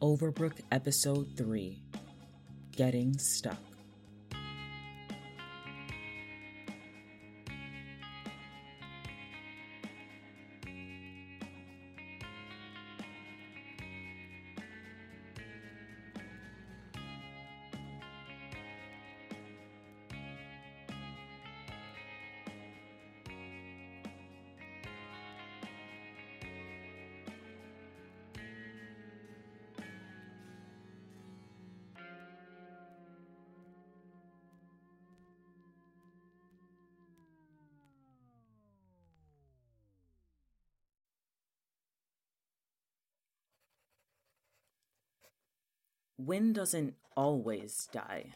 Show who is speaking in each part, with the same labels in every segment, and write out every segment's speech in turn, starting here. Speaker 1: Overbrook Episode 3 Getting Stuck. Wynne doesn't always die.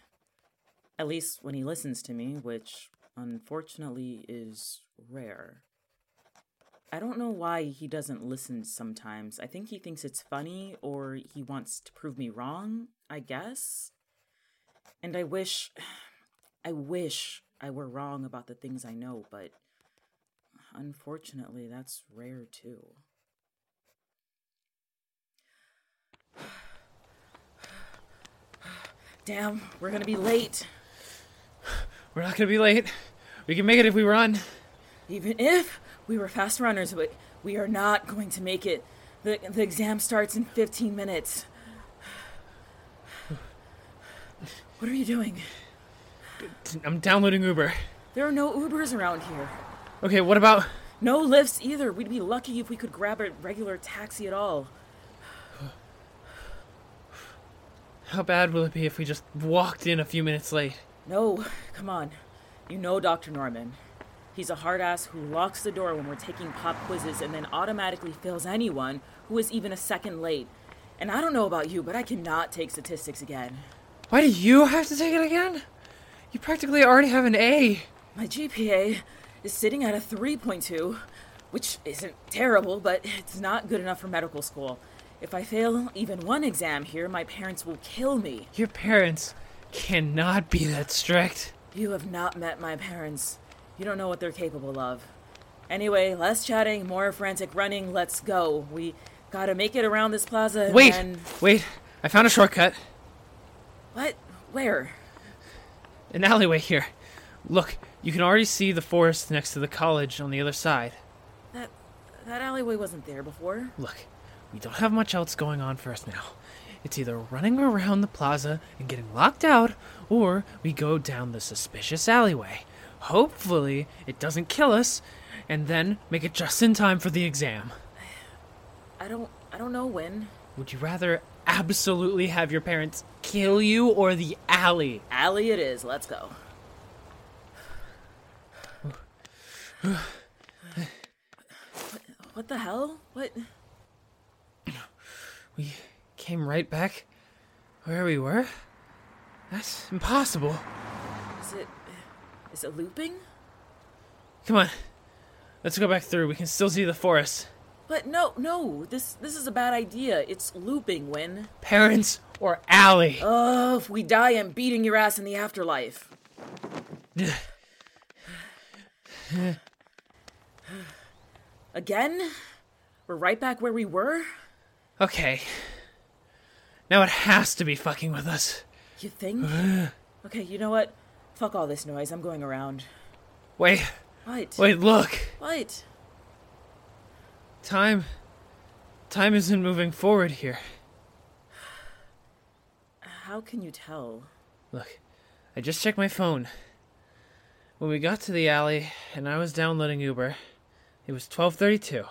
Speaker 1: At least when he listens to me, which unfortunately is rare. I don't know why he doesn't listen sometimes. I think he thinks it's funny or he wants to prove me wrong, I guess. And I wish. I wish I were wrong about the things I know, but unfortunately, that's rare too. Damn, we're gonna be late.
Speaker 2: We're not gonna be late. We can make it if we run.
Speaker 1: Even if we were fast runners, but we are not going to make it. The, the exam starts in 15 minutes. What are you doing?
Speaker 2: I'm downloading Uber.
Speaker 1: There are no Ubers around here.
Speaker 2: Okay, what about?
Speaker 1: No lifts either. We'd be lucky if we could grab a regular taxi at all.
Speaker 2: How bad will it be if we just walked in a few minutes late?
Speaker 1: No, come on. You know Dr. Norman. He's a hard ass who locks the door when we're taking pop quizzes and then automatically fails anyone who is even a second late. And I don't know about you, but I cannot take statistics again.
Speaker 2: Why do you have to take it again? You practically already have an A.
Speaker 1: My GPA is sitting at a 3.2, which isn't terrible, but it's not good enough for medical school. If I fail even one exam here, my parents will kill me.
Speaker 2: Your parents cannot be that strict.
Speaker 1: You have not met my parents. You don't know what they're capable of. Anyway, less chatting, more frantic running. Let's go. We gotta make it around this plaza. and
Speaker 2: Wait,
Speaker 1: then-
Speaker 2: wait. I found a shortcut.
Speaker 1: What? Where?
Speaker 2: An alleyway here. Look, you can already see the forest next to the college on the other side.
Speaker 1: That that alleyway wasn't there before.
Speaker 2: Look, we don't have much else going on for us now. It's either running around the plaza and getting locked out, or we go down the suspicious alleyway. Hopefully, it doesn't kill us, and then make it just in time for the exam.
Speaker 1: I don't I don't know when.
Speaker 2: Would you rather absolutely have your parents kill you or the alley?
Speaker 1: Alley it is. Let's go. what, what the hell? What?
Speaker 2: We came right back where we were? That's impossible.
Speaker 1: Is it is it looping?
Speaker 2: Come on, let's go back through. We can still see the forest.
Speaker 1: But no, no. This this is a bad idea. It's looping, Win.
Speaker 2: Parents or alley?
Speaker 1: Oh, if we die, I'm beating your ass in the afterlife. Again? We're right back where we were?
Speaker 2: Okay. Now it has to be fucking with us.
Speaker 1: You think? okay, you know what? Fuck all this noise. I'm going around.
Speaker 2: Wait,
Speaker 1: What?
Speaker 2: wait, look.
Speaker 1: What?
Speaker 2: Time. Time isn't moving forward here.
Speaker 1: How can you tell?
Speaker 2: Look, I just checked my phone. When we got to the alley and I was downloading Uber, it was 12:32.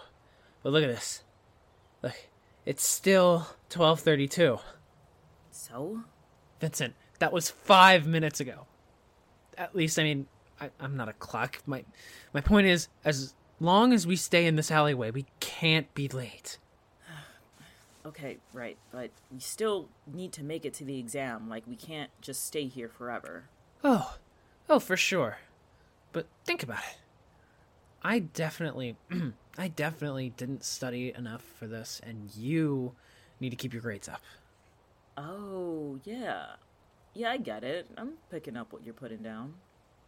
Speaker 2: But look at this. Look, it's still 12:32.
Speaker 1: So?
Speaker 2: Vincent, that was 5 minutes ago. At least I mean, I, I'm not a clock. My my point is as long as we stay in this alleyway, we can't be late.
Speaker 1: Okay, right, but we still need to make it to the exam. Like, we can't just stay here forever.
Speaker 2: Oh, oh, for sure. But think about it. I definitely, I definitely didn't study enough for this, and you need to keep your grades up.
Speaker 1: Oh, yeah. Yeah, I get it. I'm picking up what you're putting down.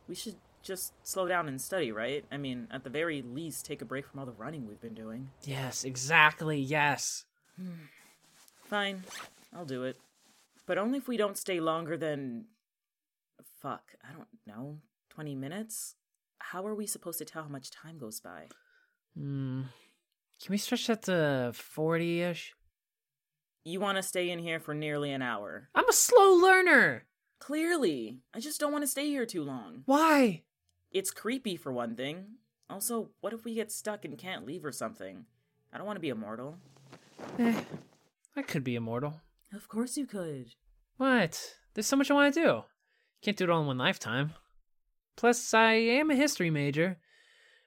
Speaker 1: We should just slow down and study, right? I mean, at the very least, take a break from all the running we've been doing.
Speaker 2: Yes, exactly. Yes.
Speaker 1: Fine. I'll do it. But only if we don't stay longer than. Fuck, I don't know. 20 minutes? How are we supposed to tell how much time goes by?
Speaker 2: Hmm. Can we stretch that to 40 ish?
Speaker 1: You want to stay in here for nearly an hour.
Speaker 2: I'm a slow learner!
Speaker 1: Clearly. I just don't want to stay here too long.
Speaker 2: Why?
Speaker 1: It's creepy, for one thing. Also, what if we get stuck and can't leave or something? I don't want to be immortal.
Speaker 2: Eh, I could be immortal.
Speaker 1: Of course you could.
Speaker 2: What? There's so much I want to do. Can't do it all in one lifetime. Plus, I am a history major.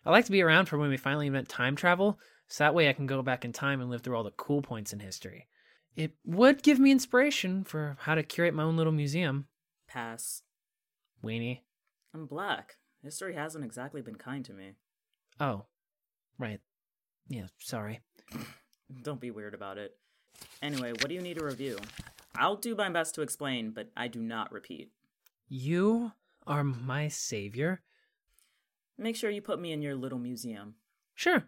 Speaker 2: I like to be around for when we finally invent time travel, so that way I can go back in time and live through all the cool points in history. It would give me inspiration for how to curate my own little museum.
Speaker 1: Pass.
Speaker 2: Weenie.
Speaker 1: I'm black. History hasn't exactly been kind to me.
Speaker 2: Oh, right. Yeah, sorry.
Speaker 1: Don't be weird about it. Anyway, what do you need to review? I'll do my best to explain, but I do not repeat.
Speaker 2: You are my savior?
Speaker 1: Make sure you put me in your little museum.
Speaker 2: Sure.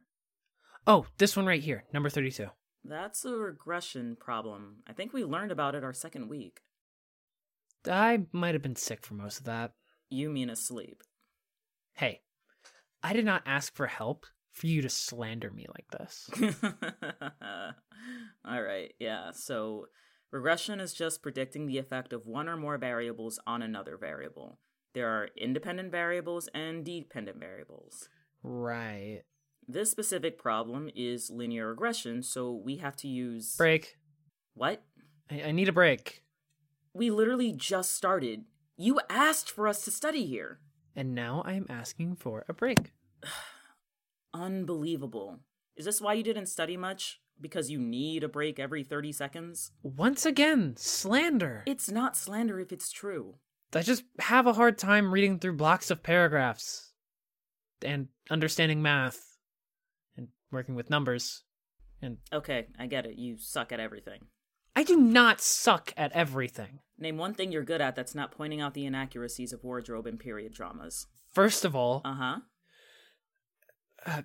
Speaker 2: Oh, this one right here, number 32.
Speaker 1: That's a regression problem. I think we learned about it our second week.
Speaker 2: I might have been sick for most of that.
Speaker 1: You mean asleep.
Speaker 2: Hey, I did not ask for help for you to slander me like this.
Speaker 1: All right, yeah. So regression is just predicting the effect of one or more variables on another variable. There are independent variables and dependent variables.
Speaker 2: Right.
Speaker 1: This specific problem is linear regression, so we have to use.
Speaker 2: Break.
Speaker 1: What?
Speaker 2: I, I need a break.
Speaker 1: We literally just started. You asked for us to study here.
Speaker 2: And now I am asking for a break.
Speaker 1: Unbelievable. Is this why you didn't study much? Because you need a break every 30 seconds?
Speaker 2: Once again, slander.
Speaker 1: It's not slander if it's true.
Speaker 2: I just have a hard time reading through blocks of paragraphs and understanding math and working with numbers. And
Speaker 1: Okay, I get it. You suck at everything.
Speaker 2: I do not suck at everything.
Speaker 1: Name one thing you're good at that's not pointing out the inaccuracies of wardrobe and period dramas.
Speaker 2: First of all,
Speaker 1: Uh huh.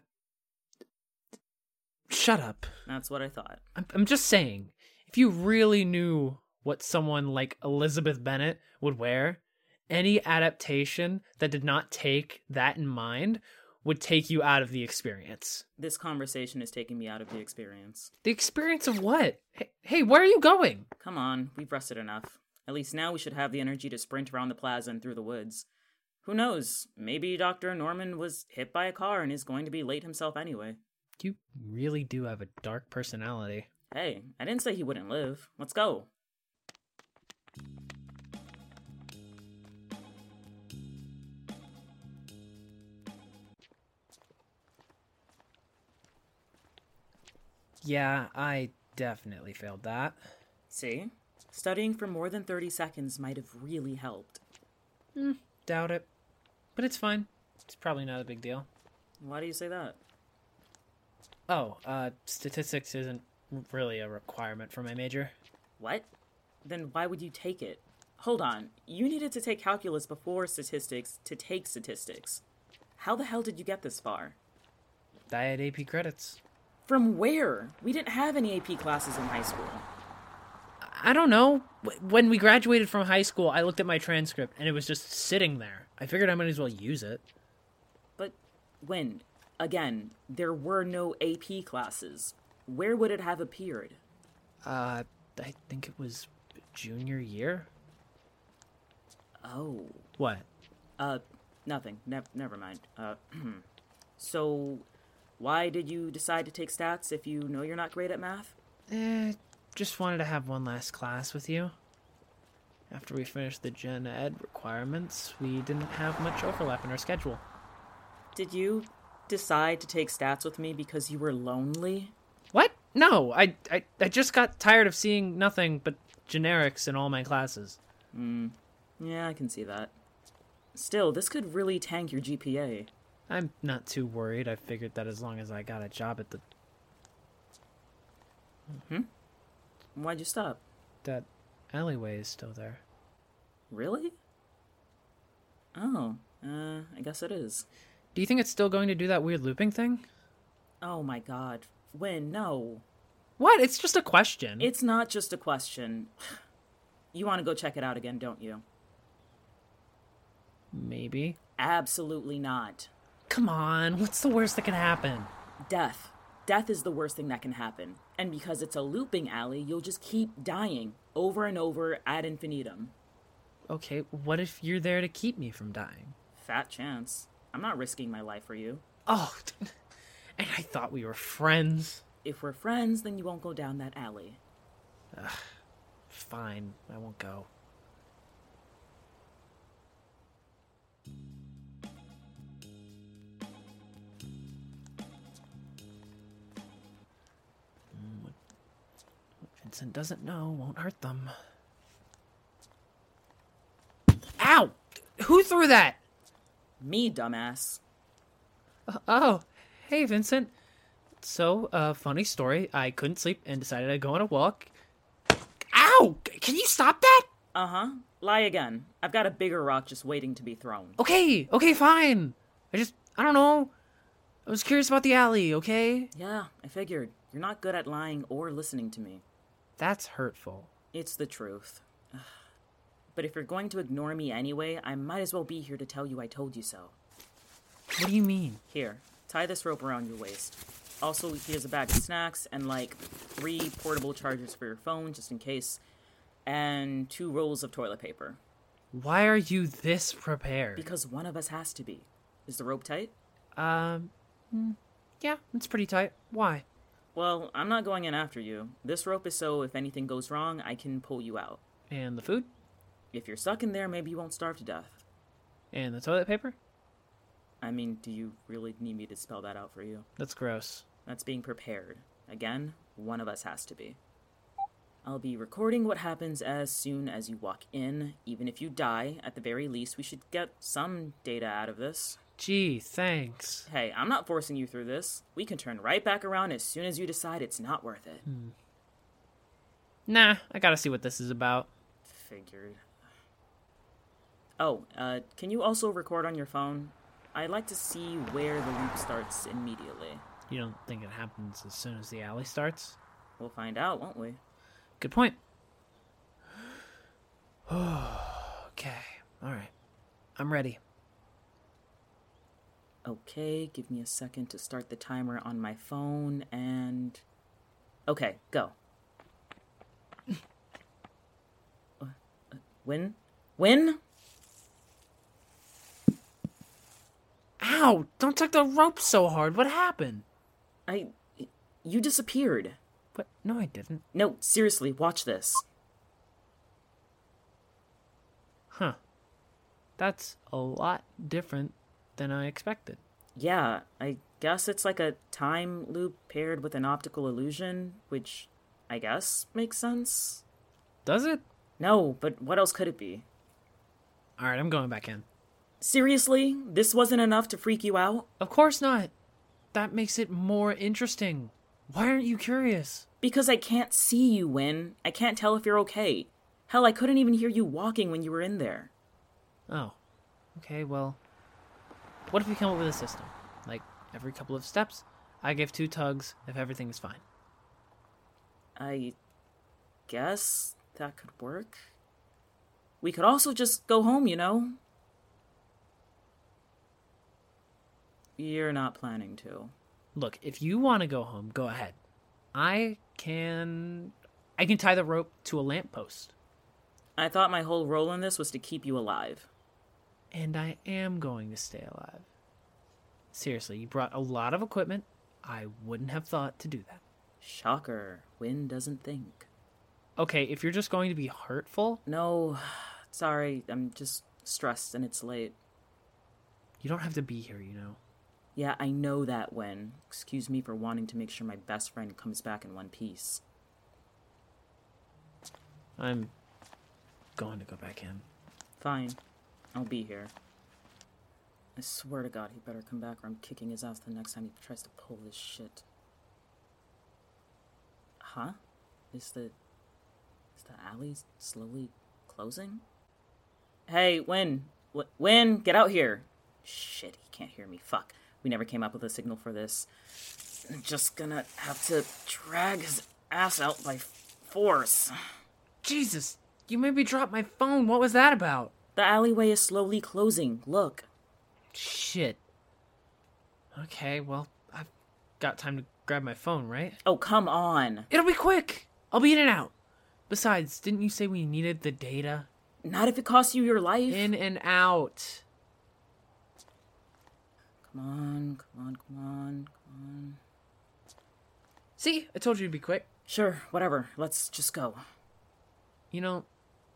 Speaker 2: shut up.
Speaker 1: That's what I thought.
Speaker 2: I'm, I'm just saying, if you really knew what someone like Elizabeth Bennett would wear, any adaptation that did not take that in mind would take you out of the experience.
Speaker 1: This conversation is taking me out of the experience.
Speaker 2: The experience of what? Hey, hey where are you going?
Speaker 1: Come on, we've rested enough. At least now we should have the energy to sprint around the plaza and through the woods. Who knows? Maybe Dr. Norman was hit by a car and is going to be late himself anyway.
Speaker 2: You really do have a dark personality.
Speaker 1: Hey, I didn't say he wouldn't live. Let's go.
Speaker 2: Yeah, I definitely failed that.
Speaker 1: See? Studying for more than 30 seconds might have really helped.
Speaker 2: Doubt it. But it's fine. It's probably not a big deal.
Speaker 1: Why do you say that?
Speaker 2: Oh, uh, statistics isn't really a requirement for my major.
Speaker 1: What? Then why would you take it? Hold on. You needed to take calculus before statistics to take statistics. How the hell did you get this far?
Speaker 2: I had AP credits.
Speaker 1: From where? We didn't have any AP classes in high school.
Speaker 2: I don't know. Wh- When we graduated from high school, I looked at my transcript and it was just sitting there. I figured I might as well use it.
Speaker 1: But when? Again, there were no AP classes. Where would it have appeared?
Speaker 2: Uh, I think it was junior year.
Speaker 1: Oh,
Speaker 2: What?
Speaker 1: uh, nothing. Ne- never mind. Uh, so, why did you decide to take stats if you know you're not great at math?
Speaker 2: Eh, just wanted to have one last class with you. After we finished the gen ed requirements, we didn't have much overlap in our schedule.
Speaker 1: Did you decide to take stats with me because you were lonely?
Speaker 2: What? No, I, I, I just got tired of seeing nothing but generics in all my classes.
Speaker 1: Yeah, I can see that. Still, this could really tank your GPA.
Speaker 2: I'm not too worried. I figured that as long as I got a job at the
Speaker 1: Why'd you stop?
Speaker 2: that alleyway is still there.
Speaker 1: Really? Oh, uh, I guess it is.
Speaker 2: Do you think it's still going to do that weird looping thing?
Speaker 1: Oh my god. When? No.
Speaker 2: What? It's just a question.
Speaker 1: It's not just a question. You want to go check it out again, don't you?
Speaker 2: Maybe.
Speaker 1: Absolutely not.
Speaker 2: Come on, what's the worst that can happen?
Speaker 1: Death. Death is the worst thing that can happen. And because it's a looping alley, you'll just keep dying over and over ad infinitum.
Speaker 2: Okay, what if you're there to keep me from dying?
Speaker 1: Fat chance. I'm not risking my life for you.
Speaker 2: Oh, and I thought we were friends.
Speaker 1: If we're friends, then you won't go down that alley.
Speaker 2: Fine, I won't go. Mm, What what Vincent doesn't know won't hurt them. Ow! Who threw that?
Speaker 1: Me, dumbass.
Speaker 2: Oh, hey, Vincent. So, uh, funny story. I couldn't sleep and decided I'd go on a walk. Ow! C- Can you stop that?
Speaker 1: Uh huh. Lie again. I've got a bigger rock just waiting to be thrown.
Speaker 2: Okay, okay, fine. I just, I don't know. I was curious about the alley, okay?
Speaker 1: Yeah, I figured. You're not good at lying or listening to me.
Speaker 2: That's hurtful.
Speaker 1: It's the truth. But if you're going to ignore me anyway, I might as well be here to tell you I told you so.
Speaker 2: What do you mean?
Speaker 1: Here, tie this rope around your waist. Also, here's a bag of snacks and like three portable chargers for your phone just in case, and two rolls of toilet paper.
Speaker 2: Why are you this prepared?
Speaker 1: Because one of us has to be. Is the rope tight?
Speaker 2: Um, mm, yeah, it's pretty tight. Why?
Speaker 1: Well, I'm not going in after you. This rope is so if anything goes wrong, I can pull you out.
Speaker 2: And the food?
Speaker 1: If you're stuck in there, maybe you won't starve to death.
Speaker 2: And the toilet paper?
Speaker 1: I mean, do you really need me to spell that out for you?
Speaker 2: That's gross.
Speaker 1: That's being prepared. Again, one of us has to be. I'll be recording what happens as soon as you walk in. Even if you die, at the very least, we should get some data out of this.
Speaker 2: Gee, thanks.
Speaker 1: Hey, I'm not forcing you through this. We can turn right back around as soon as you decide it's not worth it.
Speaker 2: Nah, I gotta see what this is about.
Speaker 1: Figured. Oh, uh, can you also record on your phone? I'd like to see where the loop starts immediately.
Speaker 2: You don't think it happens as soon as the alley starts?
Speaker 1: We'll find out, won't we?
Speaker 2: Good point. okay. All right. I'm ready.
Speaker 1: Okay, give me a second to start the timer on my phone and. Okay, go. Uh, uh, When? When?
Speaker 2: Ow! Don't tuck the rope so hard. What happened?
Speaker 1: I. You disappeared.
Speaker 2: What? No, I didn't.
Speaker 1: No, seriously, watch this.
Speaker 2: Huh. That's a lot different than I expected.
Speaker 1: Yeah, I guess it's like a time loop paired with an optical illusion, which I guess makes sense.
Speaker 2: Does it?
Speaker 1: No, but what else could it be?
Speaker 2: All right, I'm going back in.
Speaker 1: Seriously? This wasn't enough to freak you out?
Speaker 2: Of course not. That makes it more interesting. Why aren't you curious?
Speaker 1: Because I can't see you, Win. I can't tell if you're okay. Hell, I couldn't even hear you walking when you were in there.
Speaker 2: Oh. Okay, well. What if we come up with a system? Like, every couple of steps, I give two tugs if everything is fine.
Speaker 1: I guess that could work. We could also just go home, you know? You're not planning to.
Speaker 2: Look, if you want to go home, go ahead. I can. I can tie the rope to a lamppost.
Speaker 1: I thought my whole role in this was to keep you alive.
Speaker 2: And I am going to stay alive. Seriously, you brought a lot of equipment. I wouldn't have thought to do that.
Speaker 1: Shocker, Win doesn't think.
Speaker 2: Okay, if you're just going to be hurtful,
Speaker 1: No, sorry, I'm just stressed and it's late.
Speaker 2: you don't have to be here, you know.
Speaker 1: Yeah, I know that, Win. Excuse me for wanting to make sure my best friend comes back in one piece.
Speaker 2: I'm going to go back in.
Speaker 1: Fine. I'll be here. I swear to God, he better come back or I'm kicking his ass the next time he tries to pull this shit. Huh? Is the. Is the alley slowly closing? Hey, Win! W- Win, get out here! Shit, he can't hear me. Fuck. We never came up with a signal for this. I'm just gonna have to drag his ass out by force.
Speaker 2: Jesus, you made me drop my phone. What was that about?
Speaker 1: The alleyway is slowly closing. Look.
Speaker 2: Shit. Okay, well, I've got time to grab my phone, right?
Speaker 1: Oh, come on.
Speaker 2: It'll be quick. I'll be in and out. Besides, didn't you say we needed the data?
Speaker 1: Not if it costs you your life.
Speaker 2: In and out.
Speaker 1: Come on, come on, come on, come on.
Speaker 2: See, I told you to be quick.
Speaker 1: Sure, whatever. Let's just go.
Speaker 2: You know,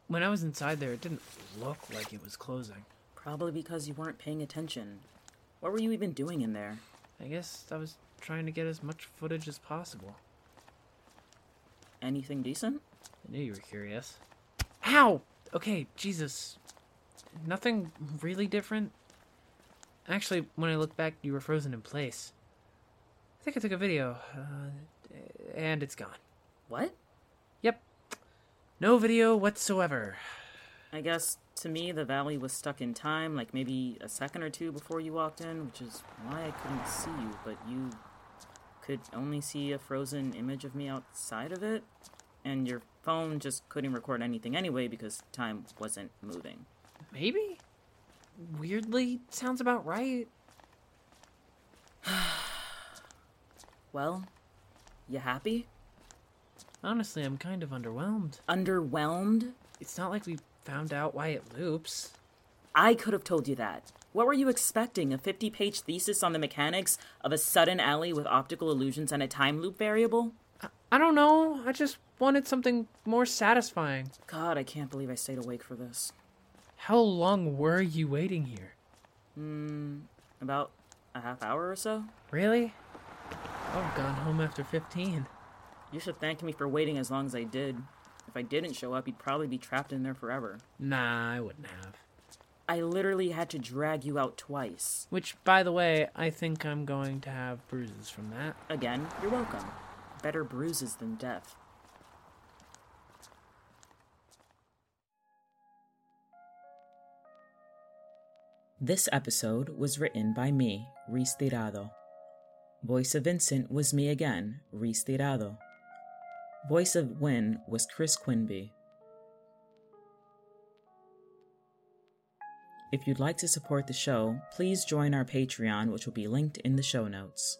Speaker 2: when I was inside there, it didn't look like it was closing.
Speaker 1: Probably because you weren't paying attention. What were you even doing in there?
Speaker 2: I guess I was trying to get as much footage as possible.
Speaker 1: Anything decent?
Speaker 2: I knew you were curious. Ow! Okay, Jesus. Nothing really different. Actually, when I look back, you were frozen in place. I think I took a video, uh, and it's gone.
Speaker 1: What?
Speaker 2: Yep. No video whatsoever.
Speaker 1: I guess to me, the valley was stuck in time, like maybe a second or two before you walked in, which is why I couldn't see you, but you could only see a frozen image of me outside of it, and your phone just couldn't record anything anyway because time wasn't moving.
Speaker 2: Maybe? Weirdly, sounds about right.
Speaker 1: Well, you happy?
Speaker 2: Honestly, I'm kind of underwhelmed.
Speaker 1: Underwhelmed?
Speaker 2: It's not like we found out why it loops.
Speaker 1: I could have told you that. What were you expecting? A 50 page thesis on the mechanics of a sudden alley with optical illusions and a time loop variable?
Speaker 2: I, I don't know. I just wanted something more satisfying.
Speaker 1: God, I can't believe I stayed awake for this.
Speaker 2: How long were you waiting here?
Speaker 1: Hmm, about a half hour or so.
Speaker 2: Really? I've gone home after 15.
Speaker 1: You should thank me for waiting as long as I did. If I didn't show up, you'd probably be trapped in there forever.
Speaker 2: Nah, I wouldn't have.
Speaker 1: I literally had to drag you out twice.
Speaker 2: Which, by the way, I think I'm going to have bruises from that.
Speaker 1: Again, you're welcome. Better bruises than death. This episode was written by me, Reese Tirado. Voice of Vincent was me again, Reese Tirado. Voice of Wynn was Chris Quinby. If you'd like to support the show, please join our Patreon, which will be linked in the show notes.